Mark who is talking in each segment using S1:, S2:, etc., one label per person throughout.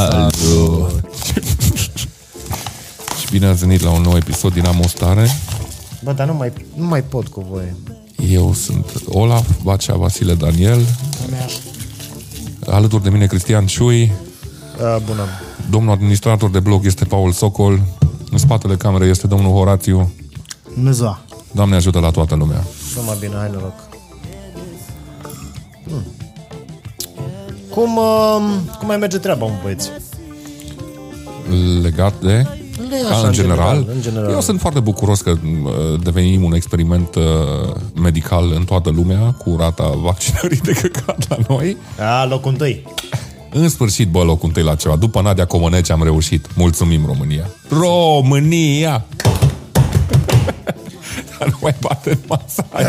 S1: God. Și bine ați venit la un nou episod din Amostare.
S2: Bă, dar nu mai, nu mai pot cu voi.
S1: Eu sunt Olaf, Bacea Vasile Daniel, alături de mine Cristian Ciui,
S2: A, Ah, bună.
S1: domnul administrator de blog este Paul Socol, în spatele camerei este domnul Horatiu.
S3: Bună ziua!
S1: Doamne ajută la toată lumea.
S2: Numai bine, hai noroc. Hmm. Cum, uh, cum mai merge treaba, mă băieți?
S1: Legat de...
S2: Le
S1: Ca
S2: așa,
S1: în, general,
S2: în general.
S1: Eu sunt foarte bucuros că uh, devenim un experiment uh, medical în toată lumea cu rata vaccinării de căcat la noi.
S2: A, locul întâi.
S1: În sfârșit, bă, locul întâi la ceva. După Nadia Comăneci am reușit. Mulțumim, România! România! Dar nu mai bate în masa. Hai,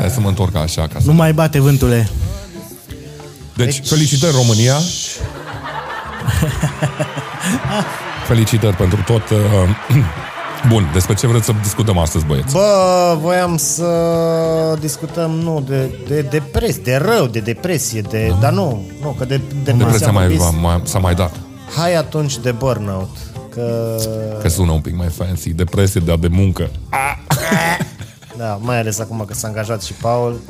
S1: Hai să mă întorc așa acasă.
S3: Nu mai bate vântule.
S1: Deci, felicitări, România! felicitări pentru tot. uh, Bun, despre ce vreți să discutăm astăzi, băieți?
S2: Bă, voiam să discutăm, nu, de, de depresie, de rău, de depresie, de... Dar nu, nu, că de, de
S1: Depresia mai, va- mai, s-a mai dat.
S2: Hai atunci de burnout, că...
S1: Că sună un pic mai fancy. Depresie, dar de muncă.
S2: Da, mai ales acum că s-a angajat și Paul.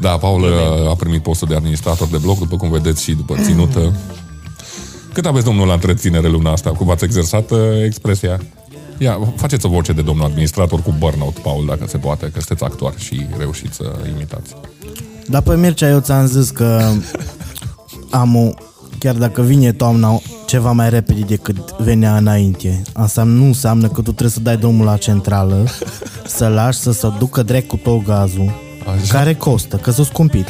S1: Da, Paul uh, a primit postul de administrator de bloc, după cum vedeți și după ținută. Cât aveți, domnul, la întreținere luna asta? Cum v-ați exersat uh, expresia? Ia, faceți o voce de domnul administrator cu burnout, Paul, dacă se poate, că sunteți actor și reușiți să imitați.
S3: Da. Dar pe Mircea eu ți-am zis că am o, chiar dacă vine toamna ceva mai repede decât venea înainte. Asta nu înseamnă că tu trebuie să dai drumul la centrală, să lași să se ducă direct cu tot gazul,
S1: Așa.
S3: Așa. care costă, că s-a scumpit.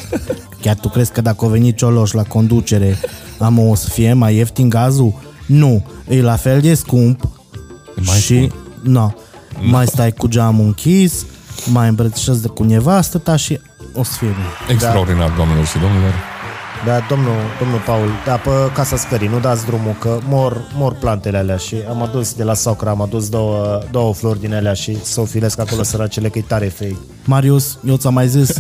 S3: Chiar tu crezi că dacă o venit Cioloș la conducere, am o să fie mai ieftin gazul? Nu, e la fel de scump,
S1: Mai
S3: și,
S1: scump.
S3: na, mai stai cu geamul închis, mai îmbrățișezi de cu nevastă ta și o să fie bine.
S1: Extraordinar, da. doamnelor și domnilor.
S2: Da, domnul, domnul Paul, da, pe casa scării, nu dați drumul, că mor, mor plantele alea și am adus de la socra, am adus două, două flori din alea și să o filesc acolo săracele, că-i tare fei.
S3: Marius, eu ți-am mai zis,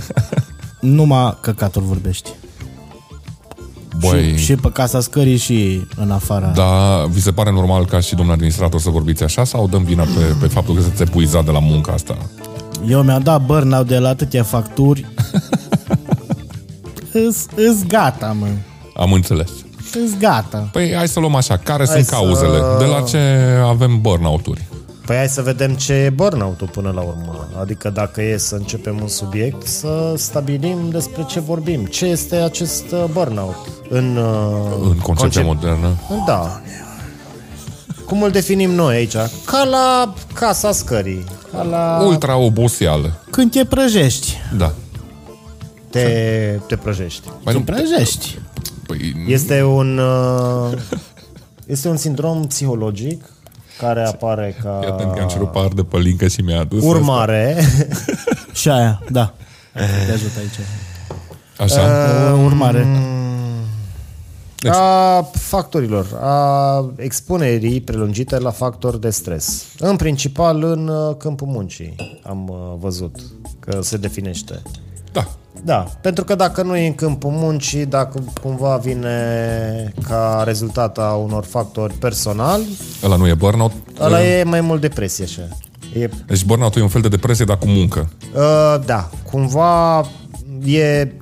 S3: numai căcatul vorbești.
S1: Băi,
S3: Și, și pe casa scării și în afara.
S1: da, vi se pare normal ca și domnul administrator să vorbiți așa sau dăm vina pe, pe faptul că sunteți epuizat de la munca asta?
S3: Eu mi-am dat burnout de la atâtea facturi. Îs, îs gata, mă.
S1: Am înțeles.
S3: Îs gata.
S1: Păi hai să luăm așa, care
S2: Hai
S1: sunt
S2: să-
S1: cauzele? De la ce avem burnout-uri?
S2: Păi hai să vedem ce e burnout până la urmă. Adică dacă e să începem un subiect, să stabilim despre ce vorbim. Ce este acest uh, burnout în, uh,
S1: În concepția modernă?
S2: Da. Cum îl definim noi aici? Ca la casa scării. Ca la...
S1: Ultra oboseală.
S3: Când te prăjești.
S1: Da.
S2: Te, te prăjești.
S1: Mai
S3: Te
S1: nu,
S3: prăjești.
S1: păi,
S2: Este un uh, este un sindrom psihologic care apare
S1: Fii atent că am
S2: ca
S1: cerut par de pălincă și mi-a adus.
S2: urmare
S3: Și aia, da.
S2: Eh.
S3: Te ajut aici.
S1: Așa?
S2: Mm.
S3: Urmare.
S2: a factorilor, a expunerii prelungite la factori de stres. În principal în uh, câmpul muncii am uh, văzut că se definește.
S1: Da.
S2: Da, pentru că dacă nu e în câmpul muncii, dacă cumva vine ca rezultat a unor factori personali,
S1: Ăla nu e burnout.
S2: ăla e mai mult depresie așa. E
S1: Deci burnout e un fel de depresie, dar cu muncă.
S2: Uh, da, cumva e,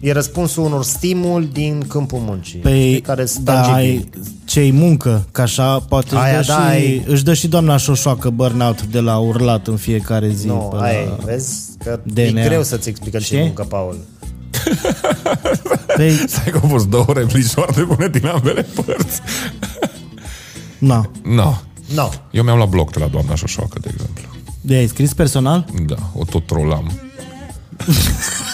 S2: e răspunsul unor stimul din câmpul muncii.
S3: Păi,
S2: pe care sunt
S3: da,
S2: tangibili.
S3: ai cei muncă, că așa poate
S2: Aia,
S3: își, dă
S2: da,
S3: și,
S2: ai-
S3: își dă și doamna șoșoacă burnout de la urlat în fiecare zi.
S2: Nu,
S3: pe
S2: aia, e,
S3: la...
S2: vezi că e
S3: DNA.
S2: greu să-ți explicăm ce e
S3: Știi?
S2: muncă, Paul.
S3: Păi,
S1: Stai că au fost două replici foarte bune din ambele părți.
S3: na,
S1: No.
S2: No.
S1: Eu mi-am luat bloc de la doamna Șoșoacă, de exemplu.
S3: de ai scris personal?
S1: Da, o tot trolam.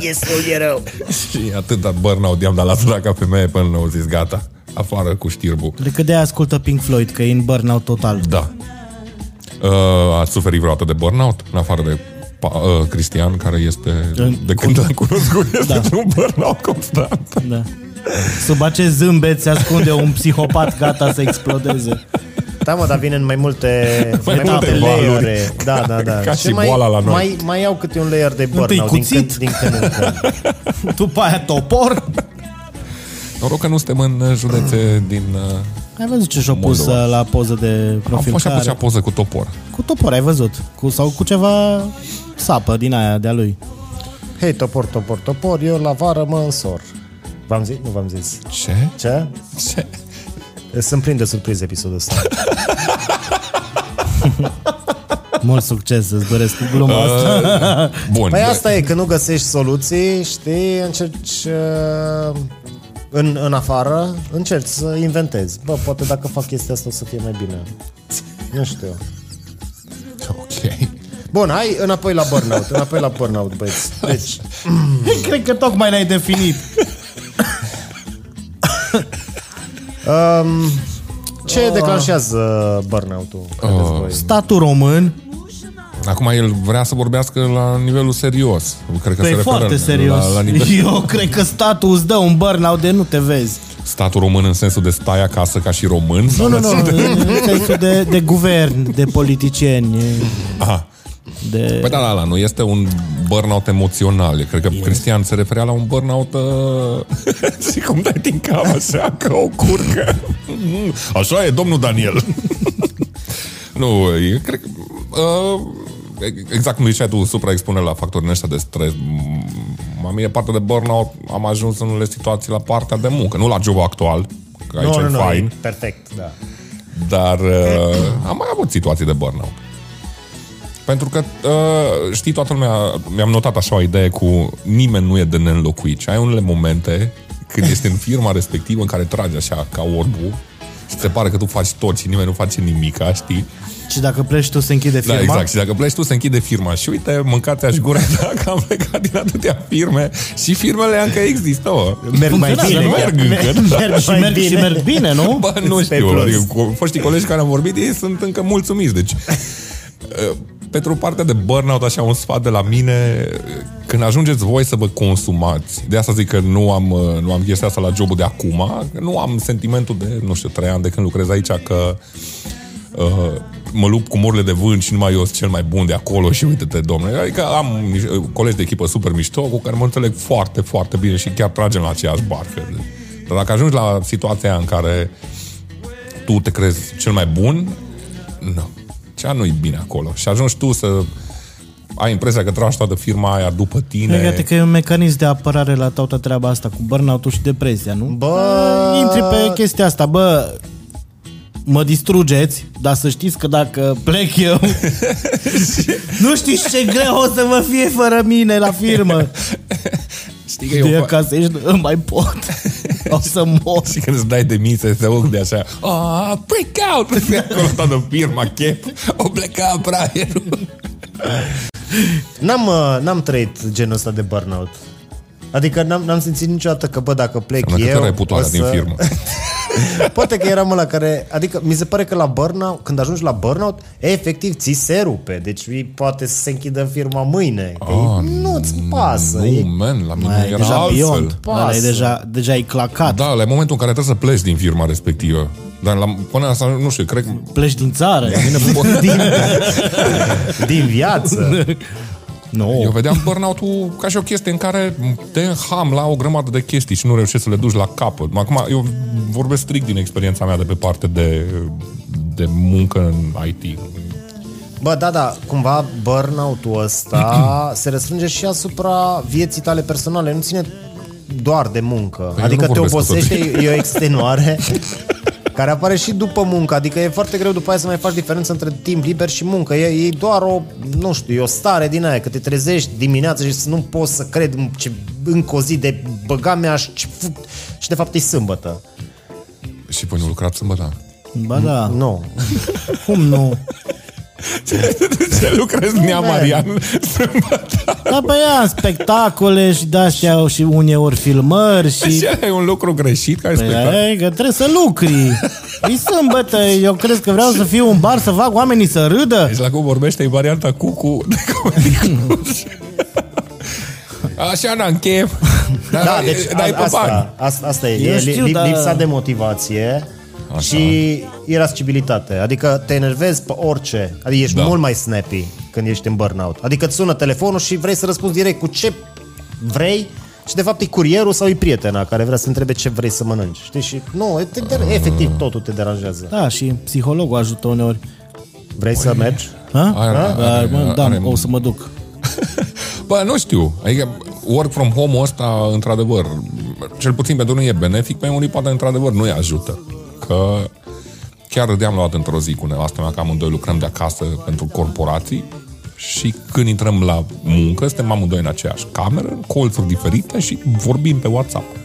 S2: Este e rău.
S1: Și atâta burnout i-am dat la săraca femeie până nu au zis gata. Afară cu știrbul.
S3: Cred că de aia ascultă Pink Floyd, că e în burnout total.
S1: Da. Uh, ați suferit vreodată de burnout? În afară de pa, uh, Cristian, care este,
S3: În-
S1: de când l-am cunoscut, este
S3: Da.
S1: da. un burnout constant.
S3: Da. Sub acest zâmbet se ascunde un psihopat gata să explodeze.
S2: Da, mă, dar vine în mai multe, mai
S1: multe
S2: multe
S1: valuri.
S2: layere. Da, da, da.
S1: Ca și
S2: mai,
S1: boala la noi.
S2: Mai, mai iau câte un layer de
S3: Întâi
S2: burnout din
S3: cuțit.
S2: când, din când în când.
S3: După aia topor,
S1: Noroc că nu suntem în uh, județe din... uh,
S3: Ai văzut ce și-o pus
S1: Moldova.
S3: uh, la poză de
S1: Am fost și am
S3: profil?
S1: pus
S3: care-
S1: acea poză cu topor.
S3: Cu topor, ai văzut. Cu, sau cu ceva sapă din aia de-a lui.
S2: Hei, topor, topor, topor, eu la vară mă însor. V-am zis? Nu v-am zis.
S1: Ce?
S2: Ce?
S1: Ce?
S2: Sunt plin de surprize episodul ăsta.
S3: Mult succes, îți doresc cu gluma
S1: Uh.
S3: asta.
S1: Bun.
S2: Păi asta e, când nu găsești soluții, știi, încerci uh, în, în afară, încerci să inventezi. Bă, poate dacă fac chestia asta o să fie mai bine. Nu știu.
S1: Ok.
S2: Bun, hai înapoi la burnout, înapoi la burnout, băieți. Deci,
S3: Cred că tocmai l-ai definit.
S1: Oh.
S2: ce declanșează burnout-ul? credeți voi?
S3: Statul român,
S1: Acum el vrea să vorbească la nivelul serios. Cred că
S3: pe
S1: se referă
S3: Păi foarte serios.
S1: La, la nivel...
S3: Eu cred că statul îți dă un burnout de nu te vezi.
S1: Statul român în sensul de stai acasă ca și român?
S3: Nu, nu, nu. În sensul de, de guvern, de politicieni,
S1: Aha.
S3: de...
S1: Păi da, da, da, nu este un burnout emoțional. Eu Cred că Cristian se referea la un burnout... Uh... și cum dai din cap așa, ca o curcă. Mm, așa e, domnul Daniel. nu, eu cred că... Uh, exact cum ziceai tu, supraexpune la factorii ăștia de stres. Mm, Mie partea de burnout am ajuns în unele situații la partea de muncă, nu la jobul actual, că aici
S2: nu,
S1: e
S2: nu,
S1: fain,
S2: nu, perfect, da.
S1: dar uh, am mai avut situații de burnout. Pentru că, uh, știi, toată lumea, mi-am notat așa o idee cu nimeni nu e de neînlocuit. Și ai unele momente când ești în firma respectivă în care tragi așa ca orbul și se pare că tu faci tot și nimeni nu face nimic, știi?
S3: Și dacă pleci tu, se închide firma.
S1: Da, exact. Și dacă pleci tu, se închide firma. Și uite, mâncați-aș gura ta că am plecat din atâtea firme și firmele încă există, mă.
S2: Merg mai
S3: Funcționează,
S2: bine.
S1: nu
S2: chiar.
S1: merg încă. da.
S3: Merg și
S2: Mai
S3: merg și
S2: bine.
S3: merg bine, nu?
S1: Bă, nu
S2: Pe
S1: știu.
S2: plus.
S1: Adică, cu foștii colegi care am vorbit, ei sunt încă mulțumiți. Deci, uh, pentru partea de burnout, așa un sfat de la mine, uh, când ajungeți voi să vă consumați, de asta zic că nu am, uh, nu am chestia asta la jobul de acum, că nu am sentimentul de, nu știu, trei ani de când lucrez aici că uh, mă lupt cu morile de vânt și numai eu sunt cel mai bun de acolo și uite-te, domnule. Adică am niș- colegi de echipă super mișto cu care mă înțeleg foarte, foarte bine și chiar tragem la aceeași barcă. Dar dacă ajungi la situația aia în care tu te crezi cel mai bun, nu. Cea nu-i bine acolo. Și ajungi tu să ai impresia că tragi toată firma aia după
S3: Legate
S1: tine.
S3: că e un mecanism de apărare la toată treaba asta cu burnout și depresia, nu?
S2: Bă,
S3: Intri pe chestia asta, bă, mă distrugeți, dar să știți că dacă plec eu, nu știți ce greu o să vă fie fără mine la firmă.
S1: Știi că
S3: De
S1: eu...
S3: ca să ești, nu mai pot, o să mor.
S1: Și când îți dai demisia, se aud de așa Ah, break out! Și Acolo toată firma, chef, o pleca praierul.
S2: N-am, uh, n-am trăit genul ăsta de burnout. Adică n-am, n-am simțit niciodată că, bă, dacă plec
S1: Dacă
S2: eu...
S1: te rai
S2: o
S1: putoarea
S2: să...
S1: din firmă.
S2: Poate că eram la care... Adică mi se pare că la burnout, când ajungi la burnout, efectiv ți se rupe. Deci e- poate să se închidă firma mâine. Că
S1: Ah,
S2: e- nu-ți pasă.
S1: Nu,
S2: e,
S1: man, la mine
S3: Mai
S2: deci
S3: e
S1: era
S3: deja
S1: altfel.
S3: beyond, ăla e
S2: Pasă.
S3: deja, deja e clacat.
S1: Da, la momentul în care trebuie să pleci din firma respectivă. Dar la, până asta, nu știu, cred că...
S3: Pleci din țară,
S1: Da.
S3: vine din...
S2: din viață.
S3: No.
S1: Eu vedeam burnout-ul ca și o chestie în care te înham la o grămadă de chestii și nu reușești să le duci la capăt. Acum, eu vorbesc strict din experiența mea de pe parte de, de muncă în IT.
S2: Bă, da, da, cumva burnout-ul ăsta se răsfrânge și asupra vieții tale personale. Nu ține doar de muncă.
S1: Păi eu
S2: adică
S1: nu
S2: te
S1: vorbesc cu
S2: obosește, e o extenuare care apare și după muncă. Adică e foarte greu după aia să mai faci diferență între timp liber și muncă. E, e doar o, nu știu, e o stare din aia, că te trezești dimineața și nu poți să cred în ce, încă o zi de băga mea și, ce fu- și de fapt e sâmbătă.
S1: Și până lucrat sâmbătă.
S3: Ba da,
S2: Nu.
S3: cum nu?
S1: Ce lucrezi, Nea Marian? Sâmbătă.
S3: Da, pe ea, spectacole și da, și au și uneori filmări și...
S1: Și ăla e un lucru greșit care
S2: Păi,
S1: spectat.
S3: Ei, că trebuie să lucri. E sâmbătă, eu cred că vreau să fiu un bar să fac oamenii să râdă.
S1: Deci la cum vorbește e varianta cu cu de Comedy Cluj. Așa n-am chef. Dar,
S2: Da, deci a,
S1: dai pe bani.
S2: asta, asta, asta e,
S3: Eu
S2: e
S3: știu,
S2: știu, li,
S3: dar-
S2: lipsa de motivație
S1: Așa.
S2: Așa. și irascibilitate. Adică te enervezi pe orice. Adică ești
S1: Da.
S2: da. mult mai snappy când ești în burnout. Adică îți sună telefonul și vrei să răspunzi direct cu ce vrei și de fapt e curierul sau e prietena care vrea să întrebe ce vrei să mănânci. Știi? Și nu, te der- efectiv totul te deranjează. Păi-
S3: Da, și psihologul ajută uneori.
S2: Vrei să mergi?
S3: Ha?
S1: Are- are-
S3: Dar, mă, da,
S1: are-
S3: o să mă duc.
S1: Bă, nu știu. Adică work from home ăsta, într-adevăr, cel puțin pentru noi e benefic, pe unii poate într-adevăr nu-i ajută. Că chiar râdeam la o dată într-o zi cu nevastă mea că amândoi lucrăm de acasă pentru corporații și când intrăm la muncă, suntem amândoi în aceeași cameră, în colțuri diferite și vorbim pe WhatsApp.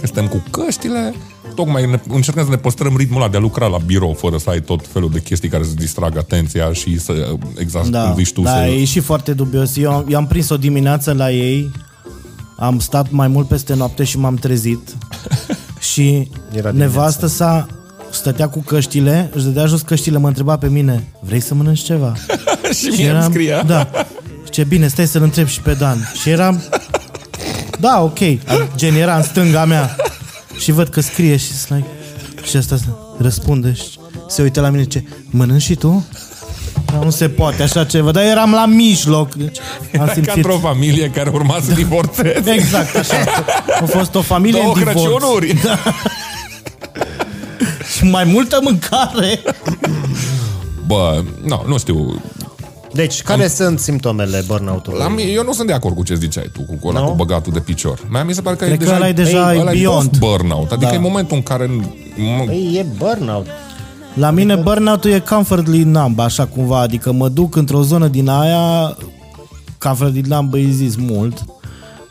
S1: Că suntem cu căștile, tocmai ne, încercăm să ne păstrăm ritmul ăla de a lucra la birou fără să ai tot felul de chestii care să distragă atenția și să exact
S3: Da,
S1: cum zici tu,
S3: da
S1: să
S3: e și foarte dubios. Eu, am- eu am prins o dimineață la ei, am stat mai mult peste noapte și m-am trezit și
S2: Era
S3: nevastă sa stătea cu căștile, își dădea jos căștile, mă întreba pe mine, vrei să mănânci ceva?
S1: și mie îmi scria.
S3: Da. Ce bine, stai să-l întreb și pe Dan. Și eram... Da, ok. Gen, era în stânga mea. Și văd că scrie și sunt like... Și asta răspunde și se uită la mine ce mănânci și tu? Da, nu se poate așa ceva, dar eram la mijloc. Deci, am
S1: Era ca
S3: simțit...
S1: într-o familie care urma să divorțeze.
S3: Exact, așa. A fost o familie
S1: Două
S3: în divorț. Da.
S1: Crăciunuri.
S3: Și mai multă mâncare.
S1: Bă, nu, nu știu.
S2: Deci, care sunt simptomele burnout-ului?
S1: La
S3: Păi.
S1: mine, eu nu sunt de acord cu ce ziceai tu, cu ăla no? cu băgatul de picior. Mai mi se pare că
S3: Cred
S1: e
S3: că
S1: deja,
S3: ăla e deja
S1: ăla
S3: beyond.
S1: burnout. Adică
S3: Da.
S1: e momentul în care... m-
S2: Păi e burnout.
S3: La mine burnout-ul e comfortly numb, așa cumva, adică mă duc într-o zonă din aia, comfortly numb îi zis mult,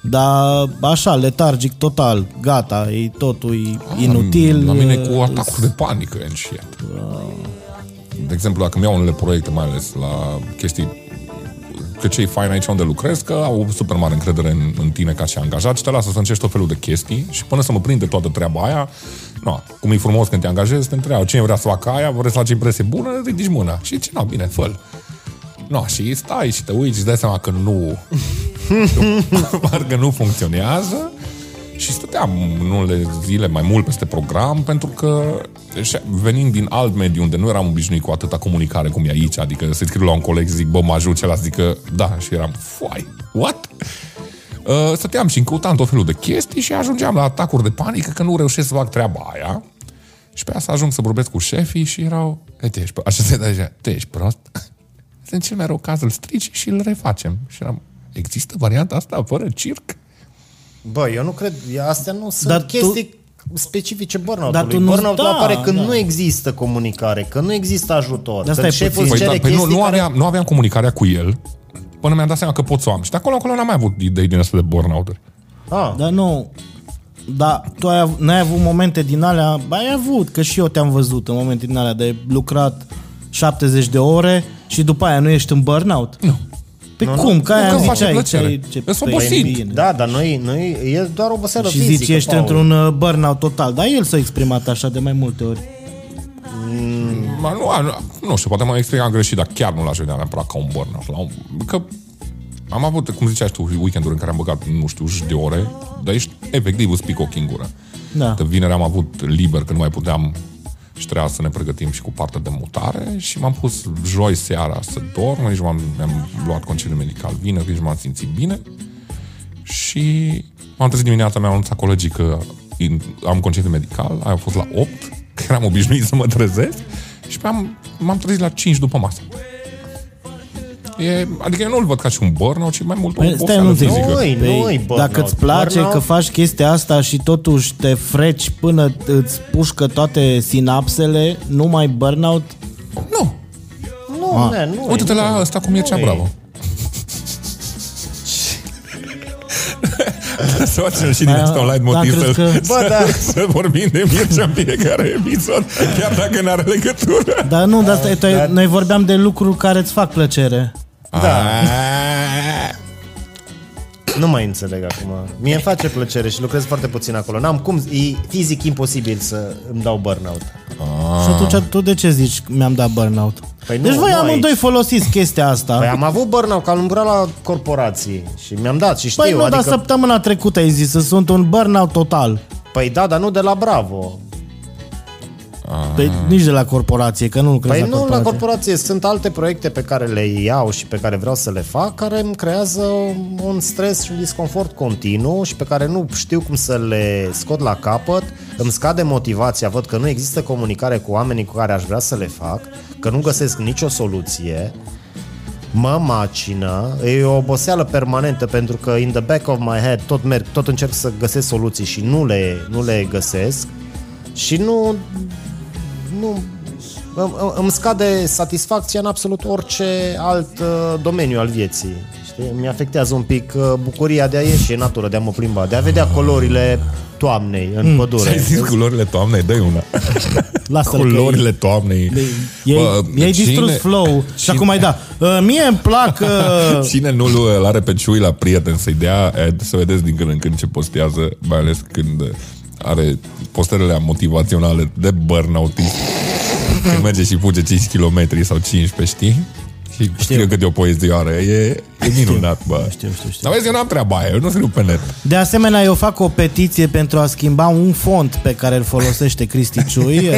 S3: dar așa, letargic total, gata, e totul e inutil.
S1: Ah,
S3: uh,
S1: La mine cu atacuri de panică în shit. De exemplu, dacă îmi iau unele proiecte, mai ales la chestii că cei fain aici unde lucrez, că au super mare încredere în, în tine ca și angajat și te lasă să încerci tot felul de chestii și până să mă prinde toată treaba aia, no, cum e frumos când te angajezi, te întreabă cine vrea să facă aia, vrei să faci impresie bună, ridici mâna. Și ce, no, bine, fă No, și stai și te uiți și îți dai seama că nu, parcă nu funcționează și stăteam în unele zile mai mult peste program pentru că și venind din alt mediu unde nu eram obișnuit cu atâta comunicare cum e aici, adică să-i scriu la un coleg zic, bă, mă ajut celălalt, zică, da, și eram, foai, what? Uh, Stăteam și încăutam tot felul de chestii și ajungeam la atacuri de panică că nu reușesc să fac treaba aia. Și pe asta ajung să vorbesc cu șefii și erau, "E, te ești, pro-" așa se dă așa, te ești prost? Sunt cel mai rău caz, îl strici și îl refacem. Și eram, există varianta asta fără circ?
S2: Bă, eu nu cred, astea nu sunt
S3: Dar
S2: Dar
S3: tu-
S2: chestii tu... specifice burnout-ului.
S3: Dar tu nu-
S2: burnout
S3: da,
S2: apare când
S3: da.
S2: nu există comunicare, când nu există ajutor. Dar
S3: Dar stai
S2: când șeful îți
S3: puțin.
S1: Păi,
S2: cere
S1: da, păi nu,
S2: chestii
S1: nu,
S2: care...
S1: aveam, nu aveam comunicarea cu el până mi-am dat seama că pot să o am. Și de acolo încolo n-am mai avut idei din astea de burnout
S2: Ah,
S1: Da,
S3: Dar nu, dar tu ai, av- n-ai avut momente din alea, ba, ai avut, că și eu te-am văzut în momente din alea, de ai lucrat 70 de ore și după aia nu ești în burnout? Nu. Pe cum? Că aia
S1: că îmi face
S3: ziceai,
S1: plăcere.
S3: ce- ce-
S1: Sunt
S3: păi,
S1: obosit.
S3: bine.
S2: da, dar noi, noi e doar oboseală
S3: Și
S2: fizică.
S3: zici, ești
S2: Paul.
S3: într-un uh, burnout total. Dar el s-a exprimat așa de mai multe ori.
S1: Ma, nu, nu, nu știu, poate mă exprimam greșit, dar chiar nu l-aș vedea neapărat ca un burnout. La un, că am avut, cum ziceai tu, weekenduri în care am băgat, nu știu, și de ore, dar ești efectiv îți pică ochii în gură.
S3: Da.
S1: De vineri am avut liber, că nu mai puteam și trebuia să ne pregătim și cu partea de mutare și m-am pus joi seara să dorm, nici m-am, am luat concediu medical vineri, nici m-am simțit bine și m-am trezit dimineața, mi-au anunțat colegii că in- am concediu medical, aia a fost la 8, că eram obișnuit să mă trezesc și pe am, m-am trezit la 5 după masă. E, adică eu nu-l văd ca și un burnout, ci mai mult o
S3: Păi, Stai,
S1: oboseală
S3: nu
S1: fizică.
S3: înțeleg.
S2: Noi,
S3: Păi,
S2: noi, burnout.
S3: Dacă îți place
S2: Burnout-
S3: că faci chestia asta și totuși te freci până îți pușcă toate sinapsele, nu mai burnout,
S1: Nu,
S2: Nu, ah. ne, nu.
S1: Păi, Uite-te la asta cu Mircea
S2: Ui.
S1: Bravo. Să facem și din
S3: Aia-
S1: asta un light motiv
S3: da,
S1: să,
S3: cred că-
S1: să,
S2: Bă, da.
S1: să vorbim de Mircea în fiecare episod, chiar dacă n-are legătură.
S3: dar nu, dar stai, tu ai-
S2: dar-
S3: noi vorbeam de lucruri care îți fac plăcere.
S2: Da.
S3: Ah.
S1: Aaaa.
S2: Nu mai înțeleg acum. Mie îmi face plăcere și lucrez foarte puțin acolo. N-am cum, e fizic imposibil să îmi dau burnout.
S3: Și atunci tu de ce zici mi-am dat burnout?
S2: Ah. Păi nu,
S3: deci voi
S2: nu
S3: amândoi
S2: aici.
S3: folosiți chestia asta.
S2: Păi am avut burnout, că am lucrat la corporații și mi-am dat și știu.
S3: Păi nu,
S2: adică,
S3: dar săptămâna trecută ai zis să sunt un burnout total.
S2: Păi da, dar nu de la Bravo.
S3: Păi nici de la corporație, că nu lucrez
S2: Păi
S3: la
S2: nu,
S3: corporație.
S2: la corporație sunt alte proiecte pe care le iau și pe care vreau să le fac, care îmi creează un stres și un disconfort continuu și pe care nu știu cum să le scot la capăt, îmi scade motivația, văd că nu există comunicare cu oamenii cu care aș vrea să le fac, că nu găsesc nicio soluție, mă macină, e o oboseală permanentă pentru că in the back of my head tot merg, tot încerc să găsesc soluții și nu le, nu le găsesc și nu, nu îmi, îmi scade satisfacția în absolut orice alt uh, domeniu al vieții. Știi? Mi afectează un pic uh, bucuria de a ieși în natură, de a mă plimba, de a vedea colorile toamnei
S3: Mm,
S2: în
S1: Ce ai
S2: pădure.
S1: zis culorile toamnei? Dă-i una.
S3: Lasă-l că
S1: culorile toamnei.
S3: Adică I-ai, i-ai
S1: cine-
S3: distrus flow și acum ai da. Uh, mie îmi plac... Uh,
S1: Cine nu îl are pe Ciui la prieten să-i dea ad, să vedeți din când în când ce postează, mai ales când eh, are posterele motivaționale de burnout când merge și fuge 5 km sau 15, știi? Și știu cât de o poezioară. E, e minunat, bă.
S3: știu, știu, știu.
S1: Dar vezi, eu n-am treaba aia, eu nu scriu pe net.
S3: De asemenea, eu fac o petiție pentru a schimba un font pe care îl folosește Cristi Ciui. Uh,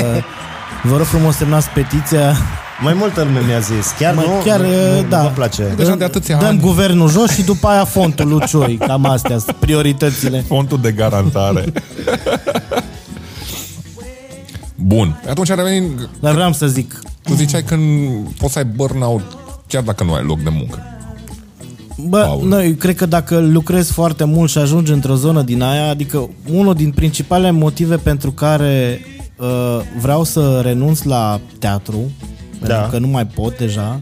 S3: Vă rog frumos semnați petiția.
S2: Mai multă lume mi-a zis, chiar
S3: Mai,
S2: nu,
S3: chiar,
S2: nu,
S3: uh,
S2: nu,
S3: da.
S2: nu place.
S1: Deja de atâția
S3: Dăm
S1: ani.
S3: guvernul jos și după aia fontul lui Ciui. Cam astea sunt prioritățile.
S1: Fontul de garantare. Bun. Atunci revenim,
S3: Dar vreau să zic,
S1: tu ziceai că poți să ai burnout chiar dacă nu ai loc de muncă.
S3: Bă,
S1: Paul.
S3: noi cred că dacă lucrezi foarte mult și ajungi într-o zonă din aia, adică unul din principalele motive pentru care uh, vreau să renunț la teatru,
S2: Da.
S3: pentru că nu mai pot deja,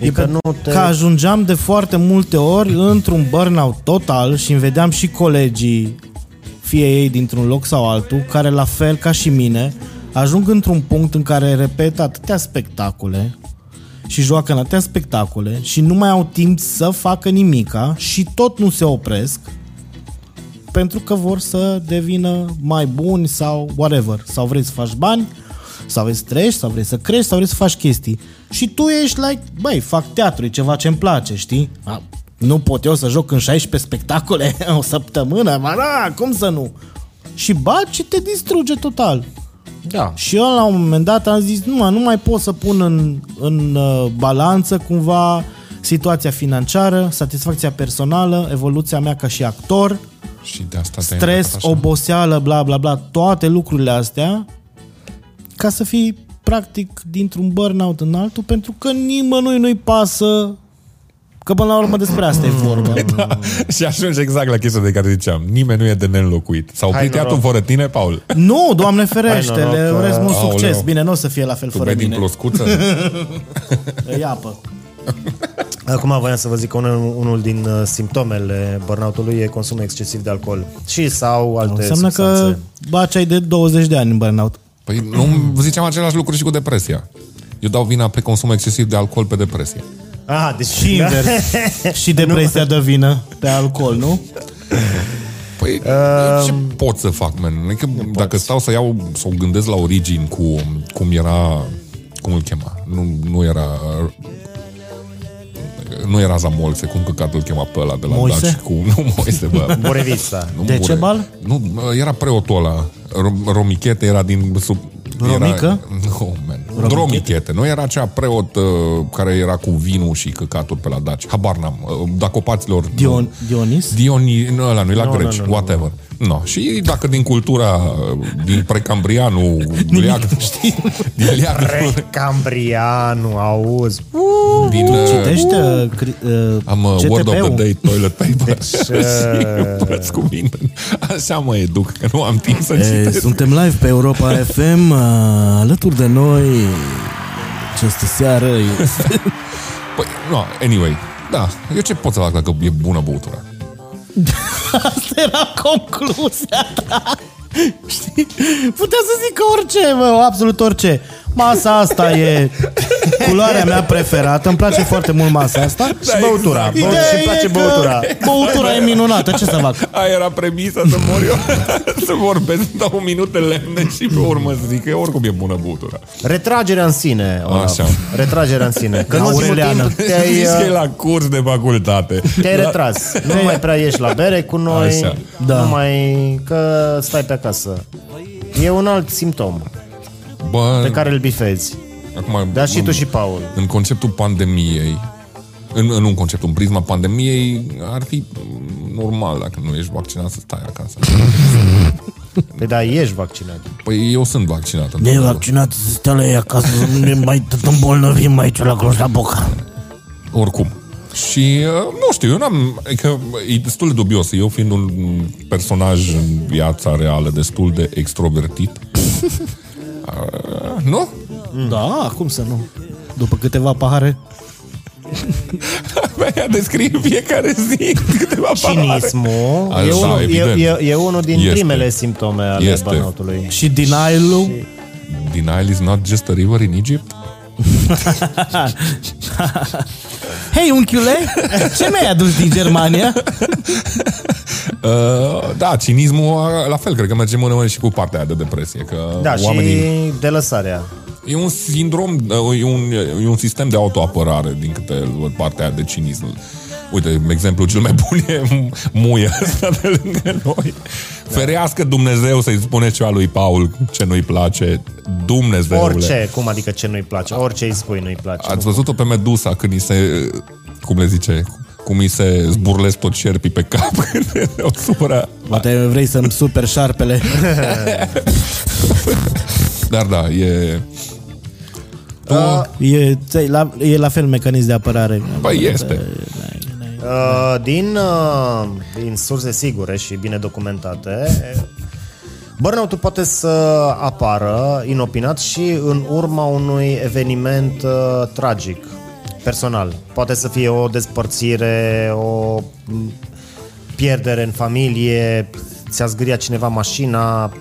S2: E că Adică nu te...
S3: că ajungeam de foarte multe ori într-un burnout total și îmi vedeam și colegii, fie ei dintr-un loc sau altul, care la fel ca și mine, ajung într-un punct în care repet atâtea spectacole și joacă în atâtea spectacole și nu mai au timp să facă nimica și tot nu se opresc pentru că vor să devină mai buni sau whatever. Sau vrei să faci bani, sau vrei să trăiești, sau vrei să crești, sau vrei să faci chestii. Și tu ești like, băi, fac teatru, e ceva ce-mi place, știi? A, nu pot eu să joc în 16 spectacole o săptămână, mă, da, cum să nu? Și baci și te distruge total.
S2: Da.
S3: Și eu la un moment dat am zis, nu, mă, nu mai pot să pun în, în uh, balanță cumva situația financiară, satisfacția personală, evoluția mea ca și actor,
S1: Și de asta te-ai
S3: stres,
S1: îmbrăcat așa.
S3: oboseală, bla bla bla, toate lucrurile astea, ca să fii practic dintr-un burnout în altul, pentru că nimănui nu-i pasă că până la urmă despre asta e vorba.
S1: Da. Și ajungi exact la chestia de care ziceam. Nimeni nu e de neînlocuit. S-a
S2: Hai,
S1: oprit
S2: noroc.
S1: teatru fără tine, Paul.
S3: Nu, doamne ferește,
S2: Hai, noroc
S3: le
S2: că-
S3: urez mult
S1: Aoleu.
S3: succes. Bine, nu o să fie la fel
S1: Tu
S3: fără
S1: bei din
S3: mine.
S1: ploscuță?
S3: Îi apă.
S2: Acum voiam să vă zic că unul, unul din uh, simptomele burnout-ului e consumul excesiv de alcool. Și sau alte
S3: Înseamnă
S2: substanțe.
S3: că
S1: eh.
S3: baci ai de 20 de ani în burnout.
S1: Păi nu ziceam același lucru și cu depresia. Eu dau vina pe consum excesiv de alcool pe depresie.
S2: Ah, deci
S3: Și invers. și depresia de vină pe alcool, nu?
S1: Păi
S3: Ehm,
S1: ce pot să fac, man? Adică dacă stau să iau, să o gândesc la origini cu cum era, cum îl chema? Nu, nu era... Nu era Zamolse, cum căcatul îl chema pe ăla de la
S3: Moise?
S1: Daci cu... Nu Moise, bă.
S2: Borevista.
S1: Nu
S3: De ce
S1: Bure-
S3: bal?
S1: Nu, era preotul ăla. Rom- Romichete era din sub...
S3: Romică?
S1: Era, no, man. Romichete. Nu era acea preot uh, care era cu vinul și căcaturi pe la daci. Habar n-am. Uh, dacopaților...
S3: Dion, Dionis?
S1: Dioni, nu, ăla nu, la no, greci, no, no, whatever. No. Și dacă din cultura, uh, din precambrianul, leac, știi, din leac,
S2: Cambrianu, auzi.
S1: din, uh,
S3: Citește uh, cri- uh,
S1: am uh, Word of the
S3: CTP-ul.
S1: Day, Toilet Paper deci, și cu mine. Așa mă educ, că nu am timp să
S3: E,
S1: citesc.
S3: suntem live pe Europa FM, uh, alături de noi această seară. este-
S1: Păi, no, anyway, da, eu ce pot să fac dacă e bună băutura?
S3: Asta era concluzia ta. Știi? Puteam să zic orice, mă, absolut orice. Masa asta e culoarea mea preferată, îmi place foarte mult masa asta.
S2: Și băutura. Bă,
S3: Da, exact. Ideea
S2: și place
S3: e că
S2: băutura.
S3: Băutura e minunată, ce să fac?
S1: Aia era premisa să mor eu, să vorbesc, dau minute lemne și pe urmă să zic că oricum e bună băutura.
S2: Retragerea în sine. Olaf.
S1: Așa.
S2: Retragerea în sine. Că în ultimul
S3: Aureliană.
S2: timp te-ai,
S1: Zici că e
S2: uh,
S1: la curs de facultate.
S2: te-ai retras. Nu mai prea ieși la bere cu noi.
S1: Așa.
S2: Da. Nu mai că stai pe acasă. E un alt simptom.
S1: Bă,
S2: pe care îl bifezi.
S1: acum,
S2: Dar și
S1: în-
S2: tu și Paul.
S1: În conceptul pandemiei, în, în un concept, în prisma pandemiei, ar fi m, normal dacă nu ești vaccinat să stai acasă.
S2: Păi da, ești vaccinat.
S1: Păi eu sunt vaccinat.
S2: Da,
S3: E
S1: într-adevăr.
S3: vaccinat, să stea la ei acasă, să nu ne mai tot îmbolnăvim aici la Cluj la Boca.
S1: Oricum. Și uh, nu știu, eu n-am... Adică e destul de dubios. Eu fiind un personaj în viața reală destul de extrovertit, uh, nu?
S4: Da, cum să nu? După câteva pahare,
S1: Aia descrie în fiecare zi câteva pahare.
S2: Cinismul
S1: Asta,
S2: e, unul, e,
S1: da, evident.
S2: e, e unul din
S1: Este.
S2: este. primele simptome ale
S1: Este.
S2: este. burnout-ului.
S3: Și denial
S1: Denial is not just a river in Egypt?
S3: Hei, unchiule, ce mi-ai adus din Germania?
S1: Uh, da, cinismul, uh, la fel, cred că merge mână mână și cu partea aia de depresie. Că
S2: Da,
S1: oamenii...
S2: și de lăsarea.
S1: E un sindrom, uh, e un, e un sistem de autoapărare din câte văd partea aia de cinism. Uite, exemplul cel mai bun e muie asta de lângă noi. Ferească Dumnezeu să-i spune ceva lui Paul ce nu-i place. Dumnezeule.
S2: Orice, cum adică ce nu-i place, orice îi spui nu-i place.
S1: Ați văzut-o pe Medusa când îi se, cum le zice, cum îi se zburlesc tot șerpii pe cap când o supăra.
S3: Poate vrei să-mi super șarpele.
S1: Dar da, e... Tu,
S3: E, ți-ai la, e la fel mecanism de apărare.
S1: Păi este.
S2: Uh, din, uh, din surse sigure și bine documentate, burnout poate să apară inopinat și în urma unui eveniment uh, tragic, personal. Poate să fie o despărțire, o m, pierdere în familie, ți-a zgâriat cineva mașina,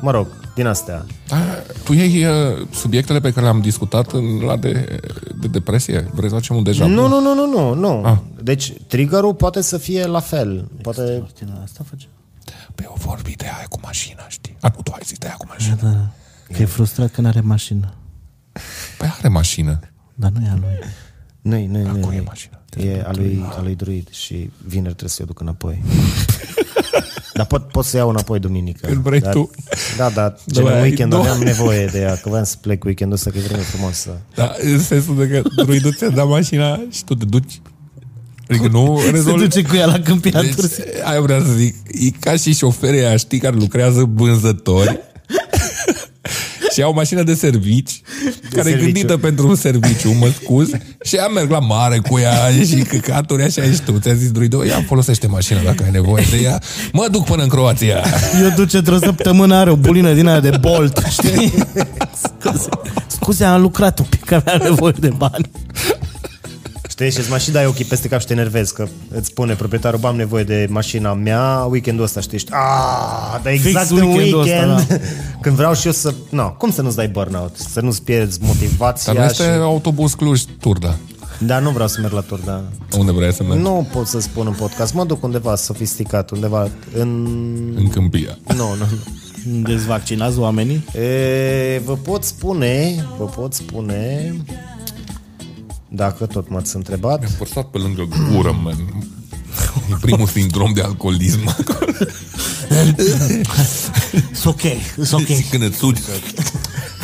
S2: mă rog, din astea.
S1: Da, tu iei uh, subiectele pe care le-am discutat în, la de, de depresie? Vrei să facem un deja?
S2: Nu, nu, nu, nu, nu, nu. Deci triggerul poate să fie la fel. Poate
S3: Asta face.
S1: Pe eu Păi vorbi de aia cu mașina, știi? A, nu, tu ai zis de aia cu mașina.
S3: Da. Că e frustrat că n-are mașină.
S1: Păi are mașină.
S3: Dar nu e a lui.
S2: Nu-i, nu-i, nu-i.
S1: Acum e
S2: nu-i.
S1: mașina.
S2: E a lui, a lui Druid și vineri trebuie să-i o duc înapoi. Dar pot, pot să iau înapoi duminică.
S1: Când vrei
S2: dar,
S1: tu.
S2: Da, da, gen
S1: Doar
S2: în
S1: ai
S2: weekend
S1: două.
S2: aveam nevoie de ea, că voiam să plec weekendul ăsta, că e vreme frumoasă.
S1: Da, în sensul de că druidul ți-a dat mașina și tu te duci. Adică nu
S3: Se
S1: rezolvi.
S3: duce cu ea la câmpia deci...
S1: Deci, aia vreau să zic, e ca și șoferii aia, știi, care lucrează vânzători și au mașină de servici, de care e
S2: serviciu.
S1: gândită pentru un serviciu, mă scuz, și ea merg la mare cu ea și căcaturi, așa ești tu. Ți-a zis, Druido, ia folosește mașina dacă ai nevoie de ea. Mă duc până în Croația.
S3: Eu duce într-o săptămână, are o bulină din aia de bolt, știi? Scuze, scuze am lucrat un pic, că aveam nevoie de bani.
S2: Știi, și îți mai și dai ochii peste cap și te enervezi, că îți spune proprietarul, "Bă, am nevoie de mașina mea weekendul ăsta, știi, ești, aaa, dar exact în
S3: weekendul
S2: weekend,
S3: ăsta, da.
S2: când vreau și eu să, no, cum să nu-ți dai burnout, să nu-ți pierzi motivația
S1: Dar nu este
S2: și...
S1: autobuz Cluj-Turda.
S2: Da, nu vreau să merg la tur, da.
S1: Unde vrei să mergi?
S2: Nu pot să spun în podcast, mă duc undeva sofisticat, undeva în...
S1: În câmpia.
S2: Nu, nu, nu.
S3: Dezvaccinați oamenii?
S2: E, vă pot spune, vă pot spune, dacă tot m-ați întrebat,
S1: Părsat pe lângă gură, man. E primul sindrom de alcoolism acolo.
S3: It's ok, it's ok.
S1: Și când îți sugi,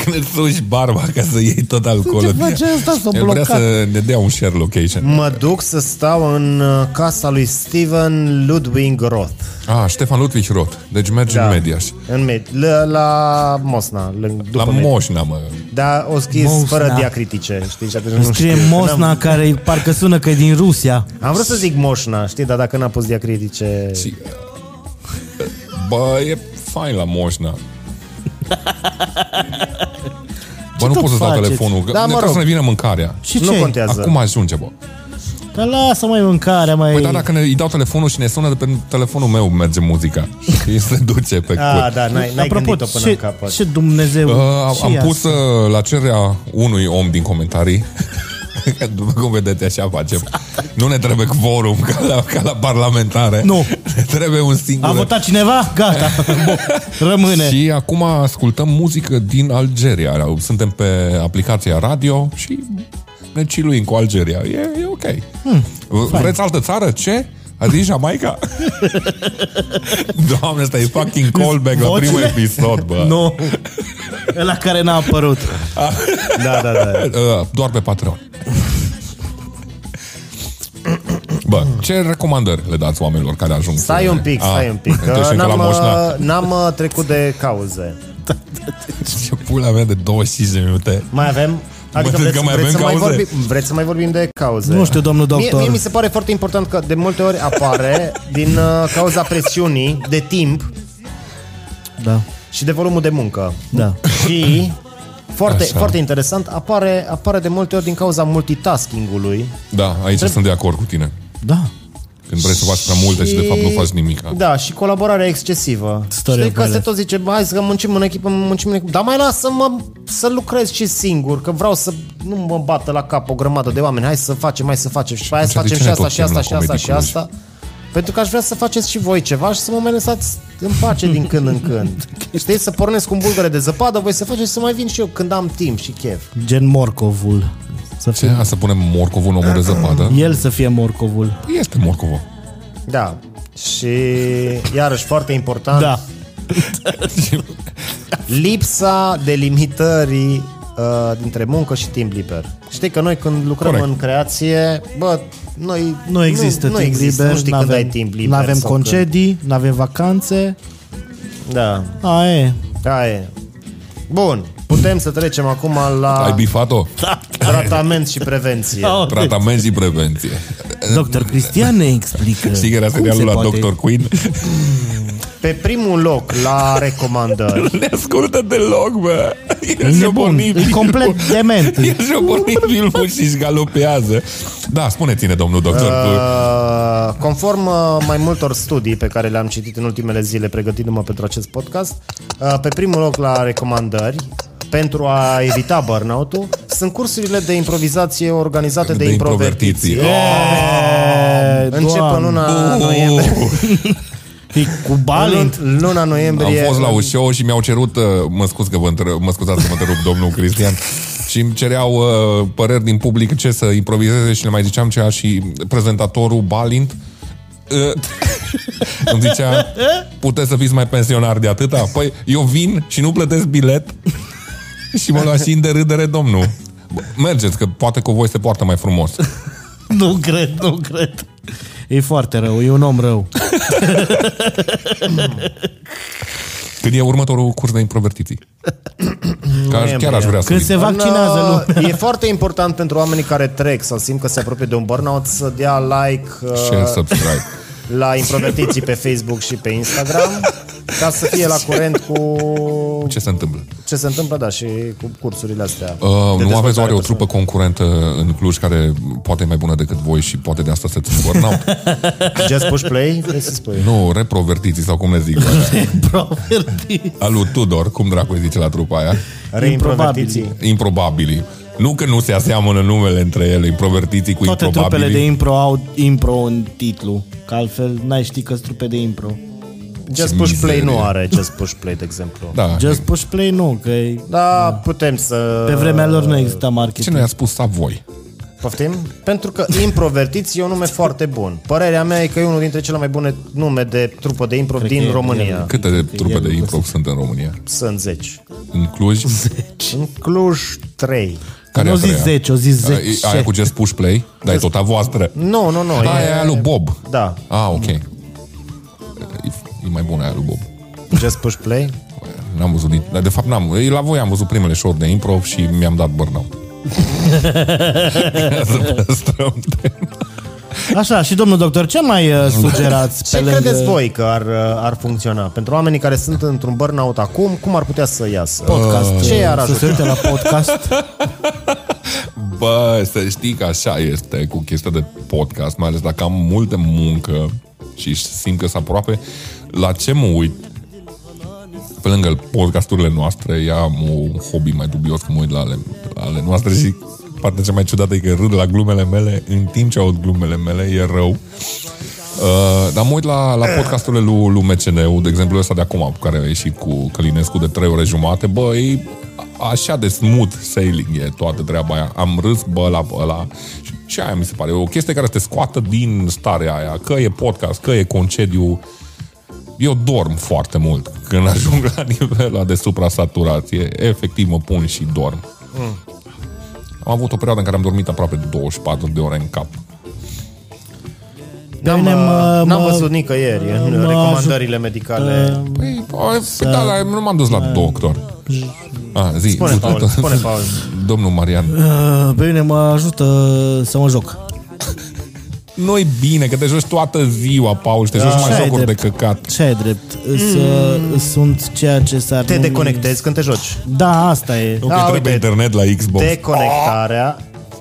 S1: când îți sugi barba ca să iei tot alcoolul.
S3: Ce face
S1: din ea.
S3: ăsta? S-a
S1: El vrea
S3: blocat.
S1: să ne dea un share location.
S2: mă duc să stau în uh, casa lui Steven Ludwig Roth. Da.
S1: Ah, Ștefan Ludwig Roth. Deci mergi în Mediaș.
S2: În med- la, la Mosna, lâng-
S1: La
S2: după med-
S1: Moșna, mă.
S2: Dar o scris
S3: Mosna.
S2: fără diacritice, știi? Și atunci nu
S3: Scrie
S2: știu.
S3: Mosna
S2: N-am-
S3: care parcă sună că e din Rusia.
S2: Am vrut să zic Moșna, știi? Dar dacă n-a pus diacritice...
S1: Și, bă, e fain la Moșna. Bă, nu
S3: tot
S1: pot să dau
S3: faceți?
S1: telefonul, că ne
S2: Da, mă
S1: trebuie
S2: rog.
S1: să ne vină mâncarea.
S3: Și
S2: Nu
S3: ce?
S2: contează.
S1: Acum ajunge, bă.
S3: Dar lasă mai mâncarea, mai...
S1: Păi, dar dacă ne, îi dau telefonul și ne sună de pe telefonul meu, merge muzica. Și se duce pe cur.
S2: Ah, da, n-ai, n-ai
S3: Apropo,
S2: gândit-o până
S3: ce,
S2: în capăt.
S3: ce Dumnezeu?
S1: Uh,
S3: Păi, ce
S1: am
S3: ia?
S1: pus uh, la cererea unui om din comentarii că, După cum vedeți, așa facem. Nu ne trebuie quorum ca la, ca la parlamentare.
S3: Nu.
S1: Ne trebuie un singur.
S3: A votat cineva? Gata. Bun. Rămâne.
S1: Și acum ascultăm muzică din Algeria. Suntem pe aplicația radio și ne ciluim cu Algeria. E, e ok. Hmm, Vreți altă țară? Ce? A zis Jamaica? Doamne, ăsta e fucking callback la primul
S3: Vocile?
S1: episod, bă.
S3: Nu. Ăla care n-a apărut.
S2: Da, da, da.
S1: Uh, Doar pe Patreon. Bă, ce recomandări le dați oamenilor care ajung?
S2: Stai
S1: să-
S2: un pic,
S1: A,
S2: stai un pic.
S1: Deci
S2: Că
S1: încă la
S2: n-am,
S1: Moșna.
S2: uh, n-am uh, trecut de cauze.
S1: Ce pula mea de 26 de minute.
S2: Mai avem? Adică
S1: gândesc
S2: vreți,
S1: că mai
S2: vreți,
S1: avem
S2: să mai
S1: cauze?
S2: vorbim, vreți să mai vorbim de cauze?
S3: Nu știu, domnul
S2: Mie,
S3: doctor.
S2: mie mi se pare foarte important că de multe ori apare din uh, cauza presiunii de timp
S3: Da,
S2: și de volumul de muncă.
S3: da.
S2: Și foarte,
S1: Așa.
S2: foarte interesant, apare, apare de multe ori din cauza multitasking-ului.
S1: Da, aici sunt de acord cu tine.
S3: Da.
S1: Când vrei să faci prea multe și de fapt nu faci nimic.
S2: Da, și colaborarea excesivă.
S3: Stare
S2: Știi că
S3: pe ele.
S2: se tot zice, hai să muncim în echipă, muncim în echipă. Dar mai lasă-mă să lucrez și singur, că vreau să nu mă bată la cap o grămadă de oameni. Hai să facem, hai să facem. Și hai să
S1: atunci de
S2: facem
S1: ce
S2: și
S1: ne
S2: asta,
S1: tot
S2: și asta,
S1: chem
S2: și
S1: la
S2: asta, și
S1: Comedy
S2: asta. Pentru că aș vrea să faceți și voi ceva și să mă mai lăsați în pace din când în când. Știi, să pornesc cu un bulgăre de zăpadă, voi să faceți și să mai vin și eu când am timp și chef.
S3: Gen morcovul. Să
S1: Ce?
S3: fie...
S1: A, să punem morcovul în omul de zăpadă?
S3: El să fie morcovul.
S1: Este morcovul.
S2: Da. Și iarăși foarte important,
S3: Da.
S2: lipsa delimitării uh, dintre muncă și timp liber. Știi că noi când lucrăm
S1: Corect.
S2: Corect. în creație, bă, noi
S3: Nu există
S2: nu,
S3: timp
S2: există,
S3: liber.
S2: nu știi când ai timp liber.
S3: N-avem
S2: sau
S3: concedii, când... n-avem vacanțe.
S2: Când... Da,
S3: A, e.
S2: da e. Bun, putem să trecem acum
S1: Ai
S2: la
S1: bifat-o?
S2: Da. tratament și prevenție.
S3: Oh.
S1: Tratament și prevenție.
S3: Doctor Cristian ne explică.
S1: Știi că era
S3: cum
S1: serialul
S3: se
S1: la
S3: poate-
S1: Dr. Queen?
S2: Pe primul loc la recomandări.
S1: Nu ne ascultă deloc, bă. El și-a
S3: E nebun,
S1: pornit
S3: e
S1: filmul.
S3: complet dement.
S1: El și-a pornit filmul și își galopează. Da, spuneți-ne, domnul doctor. Uh...
S2: Uh, conform uh, mai multor studii pe care le-am citit în ultimele zile pregătindu-mă pentru acest podcast, uh, pe primul loc la recomandări pentru a evita burnout-ul sunt cursurile de improvizație organizate de,
S1: De
S2: de
S1: improvertiții.
S2: improvertiții.
S3: E,
S2: Încep în
S3: Doamne.
S2: luna noiembrie.
S3: E Cu
S2: În
S3: Balint.
S2: luna
S1: Am
S2: noiembrie.
S1: fost la un show și mi-au cerut, uh, mă, scuz că vă întreb, mă scuzați că mă întrerup, domnul Cristian, și îmi cereau uh, păreri din public ce să improvizeze și le mai ziceam cea și prezentatorul Balint uh, îmi zicea, puteți să fiți mai pensionar de atâta? Păi eu vin și nu plătesc bilet și mă lua și în de râdere domnul. Bă, Mergeți, că poate cu voi se poartă mai frumos.
S3: Nu cred, nu cred. E foarte rău, e un om rău.
S1: Când e următorul curs de improvertiții? Că aș- chiar aș vrea să
S3: Când
S1: vin.
S3: se vaccinează lumea.
S2: lumea. uh, E foarte important pentru oamenii care trec sau simt că se apropie de un burnout să dea like uh,
S1: Share, subscribe.
S2: la introvertiții pe Facebook și pe Instagram ca să fie la curent cu
S1: Ce se întâmplă?
S2: ce se întâmplă, da, și cu cursurile astea.
S1: Uh, nu aveți oare
S2: dezvoltare
S1: o trupă concurentă în Cluj care poate e mai bună decât voi și poate de asta se țin burnout?
S2: personală. Just push play? Vrei să spui?
S1: nu, reprovertiții sau cum le zic. bă, alea.
S3: Proverbii.
S1: Al lui Tudor, cum dracu îi zice la trupa aia?
S2: Reimprovertiții.
S1: Improbabili. Nu că nu se aseamănă numele între ele, improvertiții cu
S3: Toate trupele
S1: improbabili.
S3: de impro au impro în titlu, că altfel n-ai ști că trupe de impro.
S2: Just
S1: Ce
S2: push play
S1: mizerie.
S2: nu are Just push play, de exemplu.
S1: Da.
S3: Just push play nu, că e-
S2: Da, putem să...
S3: pe vremea lor nu exista
S1: Ce
S3: marketing.
S1: nu i-a spus Savoy?
S2: Poftim? Pentru că Improvertiți e un nume foarte bun. Părerea mea e că e unul dintre cele mai bune nume de trupă de impro din România.
S1: Câte de trupe de impro sunt în România?
S2: Sunt 10.
S1: În Cluj?
S2: În Cluj 3.
S1: Care
S3: Nu
S1: a treia?
S3: zis 10, o zis
S1: Aia-
S3: 10.
S1: Aia cu Just Push Play? Da, e tot a voastră.
S2: Nu, nu, nu.
S1: Aia e
S2: e-
S1: aia lui Bob.
S2: Da.
S1: Ah, ok. E, e mai bună aia lui Bob.
S2: Just push play?
S1: N-am văzut nici... Dar de fapt n-am... La voi am văzut primele show de impro și mi-am dat burnout. Ca să păstrăm tema.
S3: Așa, și domnul doctor, ce mai uh, sugerați
S2: Ce
S3: pe lângă...
S2: credeți voi că ar, ar funcționa? Pentru oamenii care sunt într-un burnout acum, cum ar putea să iasă?
S3: Podcast,
S1: Ah.
S2: Ce
S3: uh,
S2: i-ar
S3: Să se
S2: ajuta?
S3: uite la podcast.
S1: Bă, să știi că așa este cu chestia de podcast, mai ales dacă am multă muncă și simt că sunt aproape, la ce mă uit? Pe lângă podcasturile noastre, eu am un hobby mai dubios cum mă uit la ale, la ale noastre și partea cea mai ciudată e că râd la glumele mele în timp ce aud glumele mele, e rău. Uh, dar mă uit la, la podcasturile lui, lui MCN, de exemplu ăsta de acum, cu care a ieșit cu Călinescu de trei ore jumate, bă, e așa de smooth sailing e toată treaba aia. Am râs, bă, la ăla. Și, și aia mi se pare o chestie care te scoată din starea aia, că e podcast, că e concediu, Eu dorm foarte mult. Când ajung la nivelul ăla de suprasaturație, efectiv mă pun și dorm. Am avut o perioadă în care am dormit aproape 24 de ore în cap.
S3: Pe
S2: N-am, uh,
S3: mine mă-
S2: n-am
S3: mă-
S2: văzut nicăieri în
S3: mă uh,
S2: recomandările medicale.
S1: Păi, a, da, dar nu m-am dus la doctor. A, zi,
S2: Spune, Paul, spune, Paul.
S1: Domnul Marian,
S3: Uh, Pe mine mă ajută să mă joc.
S1: nu-i bine, că te joci toată ziua, Paul, și
S2: Da.
S1: te joci mai
S3: Așa e
S1: jocuri de
S3: drept.
S1: căcat.
S3: Ce ai drept? Să, Sunt ceea ce s-ar
S2: Mm. Te
S3: numi-
S2: deconectezi când te joci.
S3: Da, asta e.
S1: Nu
S2: A,
S1: că trebuie
S2: uite,
S1: internet la Xbox.
S2: Deconectarea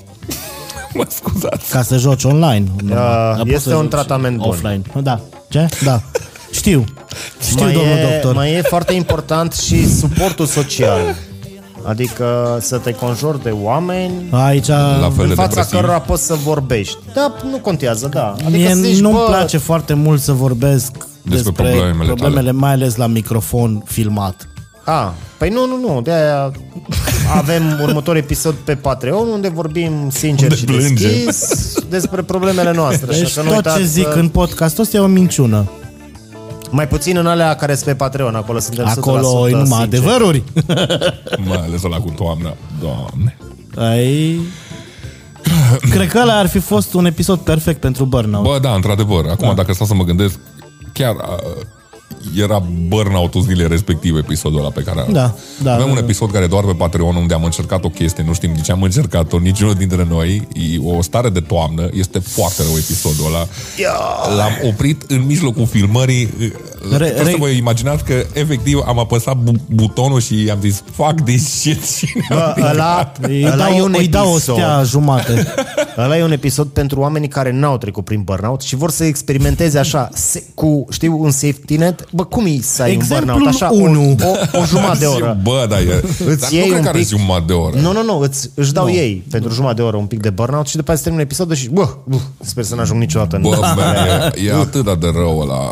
S1: Mă scuzați.
S3: Ca să joci online. Da, Dar poți
S2: Da, este
S3: să
S2: un
S3: joci
S2: tratament bun.
S3: Offline. Da. Ce? Da. Știu. Știu,
S2: mai,
S3: domnul
S2: e,
S3: doctor.
S2: mai e foarte important și suportul social. Adică să te conjori de oameni
S3: Aici...
S1: La fel de
S2: în fața
S1: depresiv.
S2: cărora poți să vorbești. Da, nu contează, da. Adică
S3: Mie
S2: să zici,
S3: nu-mi
S2: bă,
S3: place foarte mult să vorbesc despre,
S1: problemele
S3: problemele,
S1: tale.
S3: problemele mai ales la microfon filmat.
S2: A, păi nu, nu, nu, de aia avem următor episod pe Patreon unde vorbim sincer
S1: Unde
S2: și
S1: plângem.
S2: deschis despre problemele noastre.
S3: Deci
S2: așa că nu
S3: tot
S2: uitați
S3: ce zic
S2: să-
S3: în podcast, tot e o minciună.
S2: Mai puțin în alea care sunt pe Patreon, acolo suntem
S3: Acolo
S2: 100%
S3: e numai
S2: sinceri.
S3: adevăruri.
S1: Mai ales la cu toamna. Doamne.
S3: Ai... Cred că ăla ar fi fost un episod perfect pentru burnout.
S1: Bă, da, într-adevăr. Acum, da. dacă stau să mă gândesc, chiar uh, era burnout-ul zilei respective episodul ăla pe care
S3: Da, da.
S1: Avem un episod care e doar pe Patreon unde am încercat o chestie, nu știm de ce am încercat-o, niciunul dintre noi. E o stare de toamnă, este foarte rău episodul ăla. L-am oprit în mijlocul filmării.
S3: Re-
S1: Trebuie să
S3: re-
S1: vă imaginați că efectiv am apăsat bu- butonul și am zis fuck this shit și
S2: Bă, ăla,
S3: Îi
S2: ăla e
S3: dau,
S2: un
S3: îi dau o
S2: episod.
S3: stea jumate.
S2: Ăla e un episod pentru oamenii care n-au trecut prin burnout și vor să experimenteze așa, se, cu, știu, un safety net. Bă, cum e să ai un
S3: Exemplul
S2: burnout? Așa,
S3: unu.
S2: O, o, o jumătate de oră.
S1: Bă, da, e. Dar
S2: iei
S1: nu cred
S2: un
S1: că are
S2: pic.
S1: jumătate de oră.
S2: Nu, nu, nu, îți, își dau ei pentru jumătate de oră un pic de burnout și după aceea se termină episodul și bă, bă, sper să n-ajung niciodată. În...
S1: Bă, man, e, e atât de rău ăla.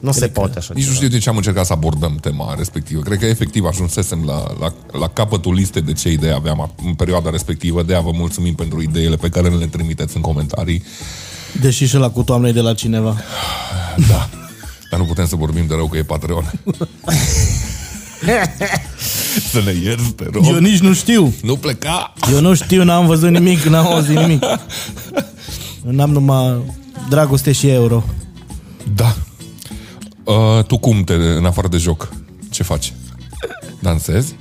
S2: Nu se poate așa.
S1: Nici nu știu de ce am încercat să abordăm tema respectivă. Cred că efectiv ajunsesem la, la, la capătul listei de ce idei aveam în perioada respectivă. De-aia vă mulțumim pentru ideile pe care le trimiteți în comentarii.
S3: Deși și la cu toamnei de la cineva.
S1: Da. Dar nu putem să vorbim de rău că e Patreon. să ne ierți, te rog.
S3: Eu nici nu știu.
S1: Nu pleca!
S3: Eu nu știu, n-am văzut nimic, n-am auzit nimic. N-am numai dragoste și euro.
S1: Da. Uh, tu cum te, în afară de joc, ce faci? Dansezi?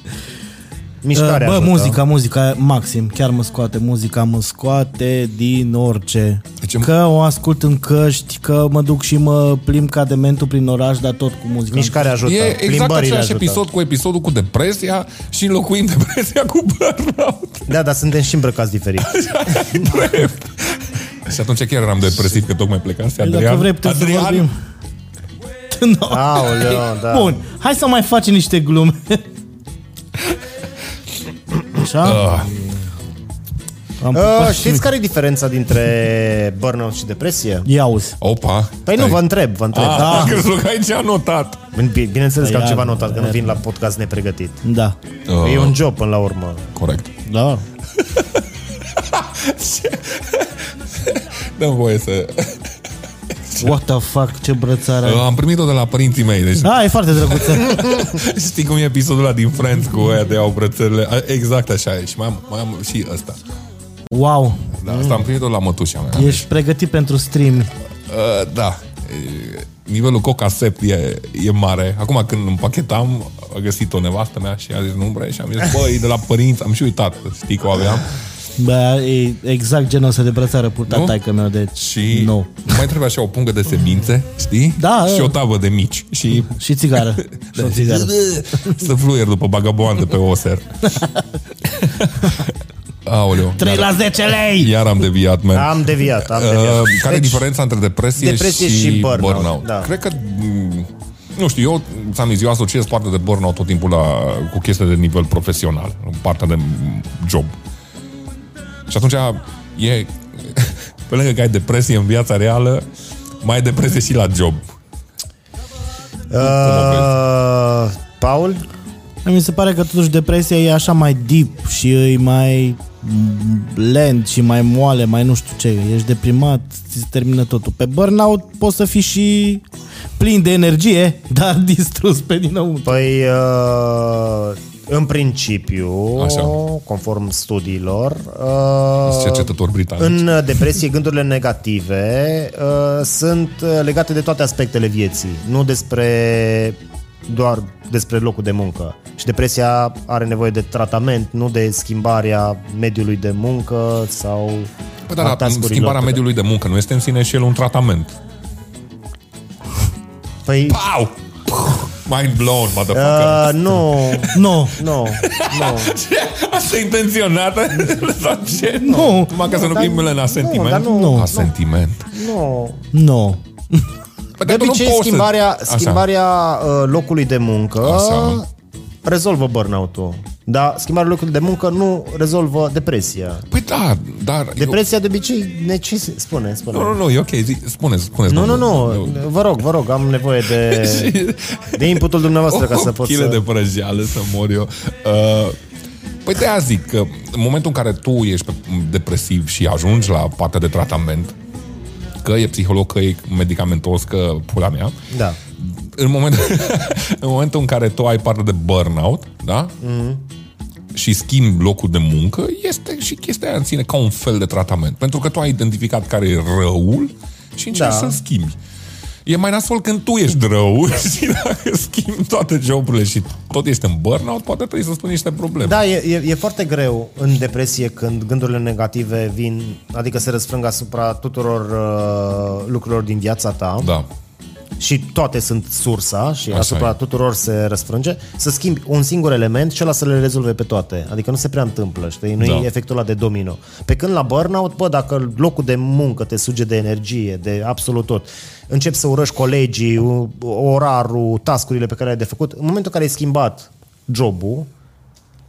S2: Mișcarea
S3: Bă,
S2: ajută.
S3: muzica, muzica, maxim, chiar mă scoate, muzica mă scoate din orice.
S1: Deci-
S3: Că o ascult în căști, că mă duc și mă plim ca dementul prin oraș, dar tot cu muzica.
S2: Mișcarea ajută.
S1: E exact
S2: Plimbările
S1: același
S2: ajută.
S1: episod cu episodul cu depresia și înlocuim depresia cu burnout.
S2: Da, dar suntem și îmbrăcați diferit.
S1: Drept. și atunci chiar eram depresiv că tocmai plecase
S3: Păi
S1: Adrian.
S3: Dacă vrei, putem să
S1: Adrian,
S3: vorbim. No.
S2: Ah. Aoleo, da.
S3: Bun, hai să mai facem niște glume. Așa?
S1: Ah.
S3: Am
S2: Uh,
S3: pupat și-
S2: știți care e diferența dintre burnout și depresie?
S3: Ia uzi.
S1: Opa.
S2: Păi nu, vă întreb, vă întreb.
S1: Ah,
S2: Da.
S1: da. Crezut că aici a notat.
S2: Bine- Bineînțeles că am
S3: Ia,
S2: ceva notat, că nu
S3: ia.
S2: vin la podcast nepregătit.
S3: Da.
S1: Ah,
S2: E un job până la urmă.
S1: Corect.
S3: Da.
S1: Dăm voie să...
S3: What the fuck, ce brățară
S1: Ah,
S3: ai.
S1: Am primit-o de la părinții mei, deci
S3: Da, e foarte drăguță.
S1: știi cum e episodul ăla din Friends cu ăia de au brățările? A, Exact așa e și mai am, mai am și ăsta.
S3: Wow,
S1: Da, asta am primit-o la mătușa mea.
S3: ești pregătit pentru stream.
S1: Uh, da. E, Nivelul coca sept e, e mare. Acum când împachetam, a găsit o nevastă mea și a zis nu bre și am zis, băi, de la părinți, am și uitat, știi că o aveam.
S3: Bă, e exact genul ăsta de brățară purta
S1: Nu?
S3: taică meu, deci
S1: Și
S3: nu.
S1: mai trebuie așa o pungă de semințe, știi?
S3: Da,
S1: și
S3: da.
S1: o tavă de mici. Și
S3: Și țigară. Și o țigară.
S1: Da. să fluier după bagaboandă pe oser. Aoleu,
S3: 3
S1: iar,
S3: la Da, 10 lei!
S1: iar am deviat, man.
S2: Am deviat, am deviat.
S1: Uh, care e
S2: Deci,
S1: diferența între depresie,
S2: depresie
S1: și,
S2: și burnout,
S1: burnout?
S2: da.
S1: Cred că, m, nu știu, eu, ți-am zis, eu asociez partea de burnout tot timpul la, cu chestia de nivel profesional, partea de m, job. Și atunci e, pe lângă că ai depresie în viața reală, mai ai depresie și la job.
S2: Uh, Paul?
S3: Mi se pare că totuși depresia e așa mai deep și e mai m, lent și mai moale, mai nu știu ce. Ești deprimat, ți se termină totul. Pe burnout poți să fii și plin de energie, dar distrus pe dinăuntru.
S2: Păi, uh, în principiu,
S1: Așa.
S2: conform studiilor, uh,
S1: cercetători britanici.
S2: în uh, depresie gândurile negative uh, sunt uh, legate de toate aspectele vieții, nu despre doar despre locul de muncă. Și depresia are nevoie de tratament, nu de schimbarea mediului de muncă sau
S1: Păi,
S2: a
S1: dar a-
S2: tascurilor.
S1: schimbarea mediului de muncă nu este în sine și el un tratament.
S2: Păi,
S1: Pau! Mind blown, motherfucker.
S2: uh, nu,
S3: Nu,
S2: nu, nu.
S1: Asta e intenționată? Sau ce?
S3: Nu.
S1: Numai ca să nu
S2: dar-
S1: primele la
S2: nu, dar
S1: sentiment?
S2: nu, nu.
S1: La sentiment.
S2: nu.
S3: nu.
S1: Păi,
S2: De
S1: dar tu nu
S2: obicei,
S1: poți să-
S2: schimbarea,
S1: Așa.
S2: schimbarea uh, locului de muncă
S1: Așa.
S2: rezolvă burnout-ul. Dar schimbarea locului de muncă nu rezolvă depresia.
S1: Păi da, dar... eu-
S2: Depresia de obicei necesită... Spune, spune.
S1: Nu, nu, nu, e ok, zi, spune, spune.
S2: Nu, nu, nu. Vă rog, vă rog, am nevoie de, de inputul dumneavoastră ca să pot
S1: chile
S2: să...
S1: de prăjeală să mor eu. Uh, păi de zic că în momentul în care tu ești pe- depresiv și ajungi la partea de tratament, că e psiholog, că e medicamentos, că pula mea,
S2: Da.
S1: în, moment, în momentul în care tu ai parte de burnout, da? Mm-hmm.
S2: Mhm.
S1: Și schimbi locul de muncă, este și chestia aia în sine ca un fel de tratament. Pentru că tu ai identificat care e răul și încerci da.
S2: Da.
S1: să-l schimbi. E mai nasol când tu ești rău și dacă schimbi toate joburile și tot ești în burnout, poate trebuie să spui niște probleme.
S2: Da, e, e, e foarte greu în depresie când gândurile negative vin, adică se răsfrâng asupra tuturor uh, lucrurilor din viața ta.
S1: da.
S2: și toate sunt sursa și
S1: Așa
S2: Așa asupra
S1: e.
S2: e. tuturor se răsfrânge, să schimbi un singur element și ăla să le rezolve pe toate. Adică nu se prea întâmplă, știi? Nu da.
S1: Da.
S2: e efectul ăla de domino. Pe când la burnout, bă, dacă locul de muncă te suge de energie, de absolut tot, începi să urăști colegii, u- orarul, tascurile pe care le-ai de făcut, în momentul în care ai schimbat jobul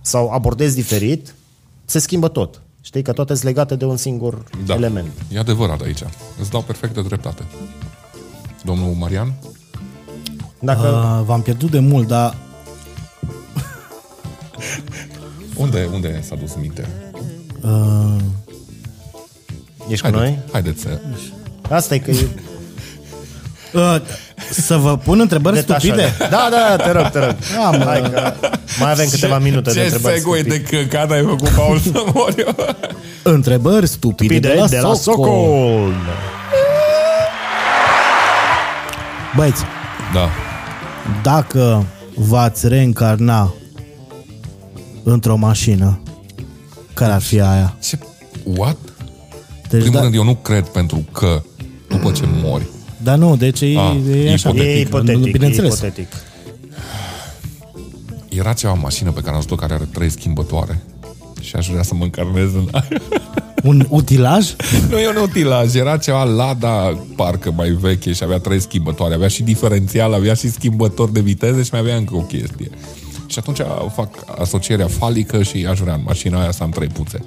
S2: sau abordezi diferit, se schimbă tot. Știi că toate sunt legate de un singur
S1: da.
S2: da. element.
S1: E adevărat aici. Îți dau perfectă dreptate. Domnul Marian?
S2: Dacă... A.
S3: Uh, v-am pierdut de mult, dar
S1: Unde, unde s-a dus mintea?
S3: uh,
S2: Ești cu
S1: Haideți,
S2: noi?
S1: haideți să...
S2: Asta e că e...
S3: uh, să vă pun întrebări
S2: Detașare.
S3: stupide?
S2: Da, da, da, te rog, te rog. Am, Hai că mai avem câteva minute
S1: ce
S2: de întrebări.
S1: segue
S2: stupide.
S1: de căcat ai făcut, Paul Sămoriu?
S3: Întrebări stupide,
S2: Bine,
S3: de la,
S2: de la
S3: Socol.
S2: Socol.
S3: Băieți,
S1: da.
S3: dacă v-ați reîncarna într-o mașină, care ar fi aia?
S1: Ce? What? În
S3: Deci,
S1: primul
S3: da,
S1: rând, eu nu cred pentru că după ce mori,
S3: dar nu, deci e,
S1: Ah,
S3: e așa.
S1: ipotetic.
S2: E ipotetic,
S3: Bineînțeles.
S2: e ipotetic.
S1: era ceva mașină pe care am zis-o care are trei schimbătoare și aș vrea să mă încarnez în aia.
S3: Un utilaj?
S1: Nu, eu nu utilaj, era ceva Lada parcă mai veche și avea trei schimbătoare. Avea și diferențial, avea și schimbător de viteze și mai avea încă o chestie. Și atunci fac asocierea falică și aș vrea în mașina aia să am trei puțe.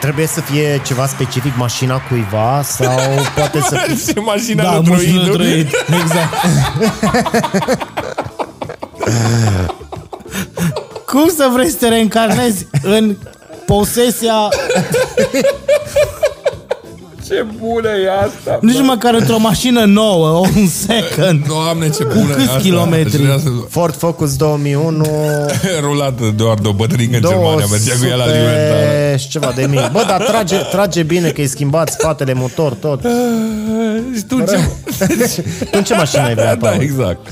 S2: Trebuie să fie ceva specific mașina cuiva sau poate să fie...
S1: și mașina
S3: da,
S1: da, lui
S3: mușchiul
S1: Druidu.
S3: druid. Exact. Cum să vrei să te reîncarnezi în posesia,
S1: Ce bună e asta!
S3: nici măcar într-o mașină nouă, o un second.
S1: Doamne, ce bună
S3: Câți
S1: e asta.
S3: kilometri?
S1: Aș vrea să-
S2: Ford Focus 2001,
S1: Rulat doar de o bătrâncă în Germania, mergea cu ea la alimentară.
S2: 200 și ceva de mii. Bă, dar trage, trage bine că i schimbat spatele, motor, tot.
S1: Și tu ce...
S2: Tu în ce mașină ai vrea,
S1: Da,
S2: Paul?
S1: exact.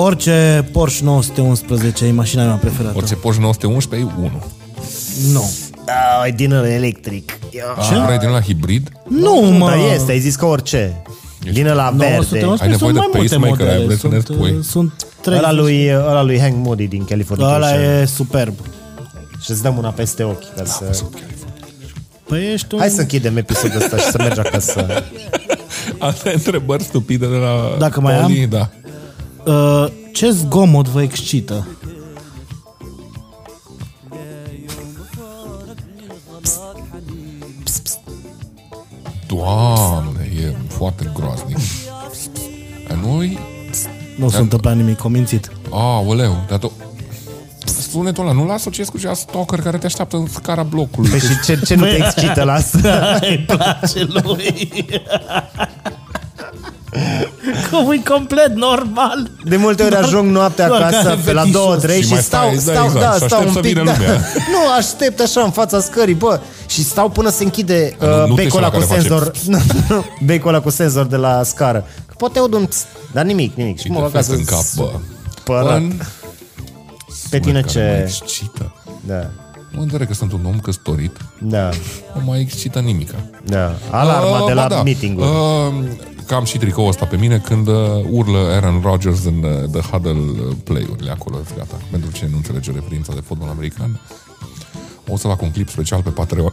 S3: Orice Porsche 911 e mașina mea preferată.
S1: Orice Porsche 911 e 1.
S3: Nu.
S2: Da, ai din ăla electric. Ia.
S1: Ce? Vrei din la hibrid?
S3: Nu, mă.
S2: Dar este, ai zis că orice. Din la verde.
S3: 911
S1: Ai nevoie
S3: sunt
S1: de
S3: mai multe
S1: pacemaker, ai
S3: modele.
S1: vrut să ne
S3: sunt,
S1: spui?
S3: uh, sunt trei.
S2: Ăla lui, ăla lui Hank Moody din California.
S3: Ăla e superb.
S2: Și îți dăm una peste ochi ca
S1: Da,
S2: să...
S3: Păi ești un...
S2: Hai să închidem episodul ăsta și să mergi acasă.
S1: Asta e întrebări stupide de la
S3: Dacă mai
S1: Poli, Da.
S3: Uh, ce zgomot vă excită?
S1: Doamne, e foarte groaznic. A noi? Da.
S3: Nu s-a întâmplat nimic, conmințit.
S1: A, oleu, dar tu... sunetul ăla, nu-l asociezi cu cea stalker care te așteaptă în scara blocului.
S2: Păi Da. și ce, ce nu te excită la asta?
S4: Îi place lui. Cum
S3: Păi,
S4: e complet normal.
S2: De multe ori ajung noaptea
S4: doar
S2: acasă
S4: care
S2: pe la
S4: fetișul.
S2: 2-3 și,
S1: Și mai
S2: stau,
S1: stai, da,
S2: stau,
S1: exact,
S2: da,
S1: și
S2: stau
S1: aștept
S2: un
S1: să
S2: pic,
S1: vină
S2: da.
S1: lumea.
S2: Nu, aștept așa în fața scării, bă, și stau până se închide
S1: nu, Ah, nu
S2: uh,
S1: te
S2: becul ăla
S1: sună
S2: cu
S1: care face
S2: senzor. Nu, nu, becul ăla cu senzor de la scară. Că poate aud un ps, dar nimic, nimic. Și
S1: Și
S2: mă
S1: de
S2: rog
S1: acasă
S2: acasă
S1: în cap, bă.
S2: părat.
S1: În-
S2: Pe tine
S1: care Mă
S2: ce...
S1: excită.
S2: Da,
S1: Mă îndoare că sunt un om căsătorit,
S2: da,
S1: nu mă excită nimica.
S2: da. Alarma
S1: Ah,
S2: de
S1: ba
S2: la meeting
S1: Ah, că am și tricoul ăsta pe mine când uh, urlă Aaron Rodgers în uh, The Huddle uh, play-urile acolo, gata. Pentru cine nu înțelege referința de fotbal american, o să fac un clip special pe Patreon.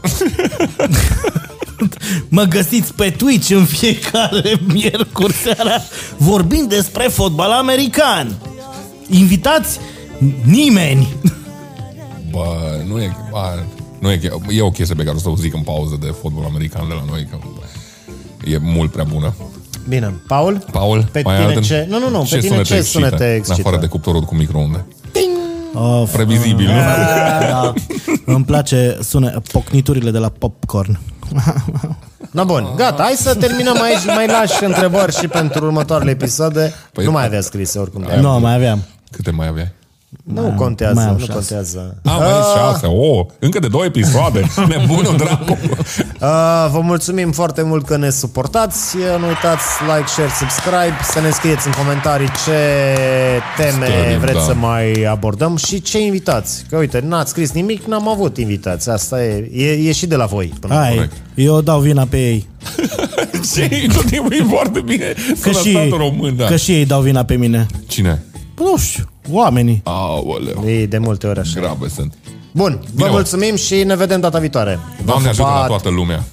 S4: Mă găsiți pe Twitch în fiecare miercuri seara vorbind despre fotbal american. Invitați nimeni.
S1: Bă, nu e... Bă, nu e, e o chestie pe care o să o zic în pauză de fotbal american de la noi, că e mult prea bună.
S2: Bine, Paul?
S1: Paul,
S2: Pe
S1: mai
S2: tine
S1: ai alte-
S2: ce- nu, nu, nu, pe tine ce sunete excită?
S1: În afară de cuptorul cu microunde.
S3: Of,
S1: Previzibil, nu?
S3: da. Îmi place sună pocniturile de la popcorn.
S2: Na bun, gata, hai să terminăm aici, mai lași întrebări și pentru următoarele episoade.
S1: Păi-
S2: nu mai avea scrise oricum. de-
S3: Nu, no, mai aveam.
S1: Câte mai aveai?
S2: Nu contează,
S3: mai am
S2: nu
S3: șase.
S2: contează.
S1: Am mai
S2: Ah.
S1: zis șase, oh, încă de două episoade. Nebunul dracu.
S2: Uh, vă mulțumim foarte mult că ne suportați. Nu uitați like, share, subscribe, să ne scrieți în comentarii ce teme
S1: Stărim,
S2: vreți
S1: da.
S2: să mai abordăm și ce invitați. Că uite, n-ați scris nimic, n-am avut invitați. Asta e, e, e și de la voi. Până la urmă.
S3: Hai,
S1: Corect.
S3: eu dau vina pe ei.
S1: Ce? Nu te mai foarte bine.
S3: Că
S1: Sună
S3: și,
S1: statul
S3: ei,
S1: român, da.
S3: că și ei dau vina pe mine.
S1: Cine?
S3: Bă, Nu știu, oamenii.
S1: Aoleu,
S2: E de multe ori așa.
S1: grabe sunt.
S2: Bun, vă
S1: mă.
S2: mulțumim și ne vedem data viitoare.
S1: Doamne
S2: Vă
S1: ajută la
S2: pupați.
S1: toată lumea.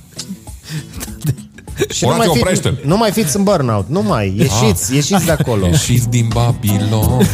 S2: Și nu mai,
S1: Orațiu,
S2: fi,
S1: oprește-l.
S2: nu mai fiți în burnout, nu mai, ieșiți, ieșiți de acolo.
S1: Ieșiți din Babilon.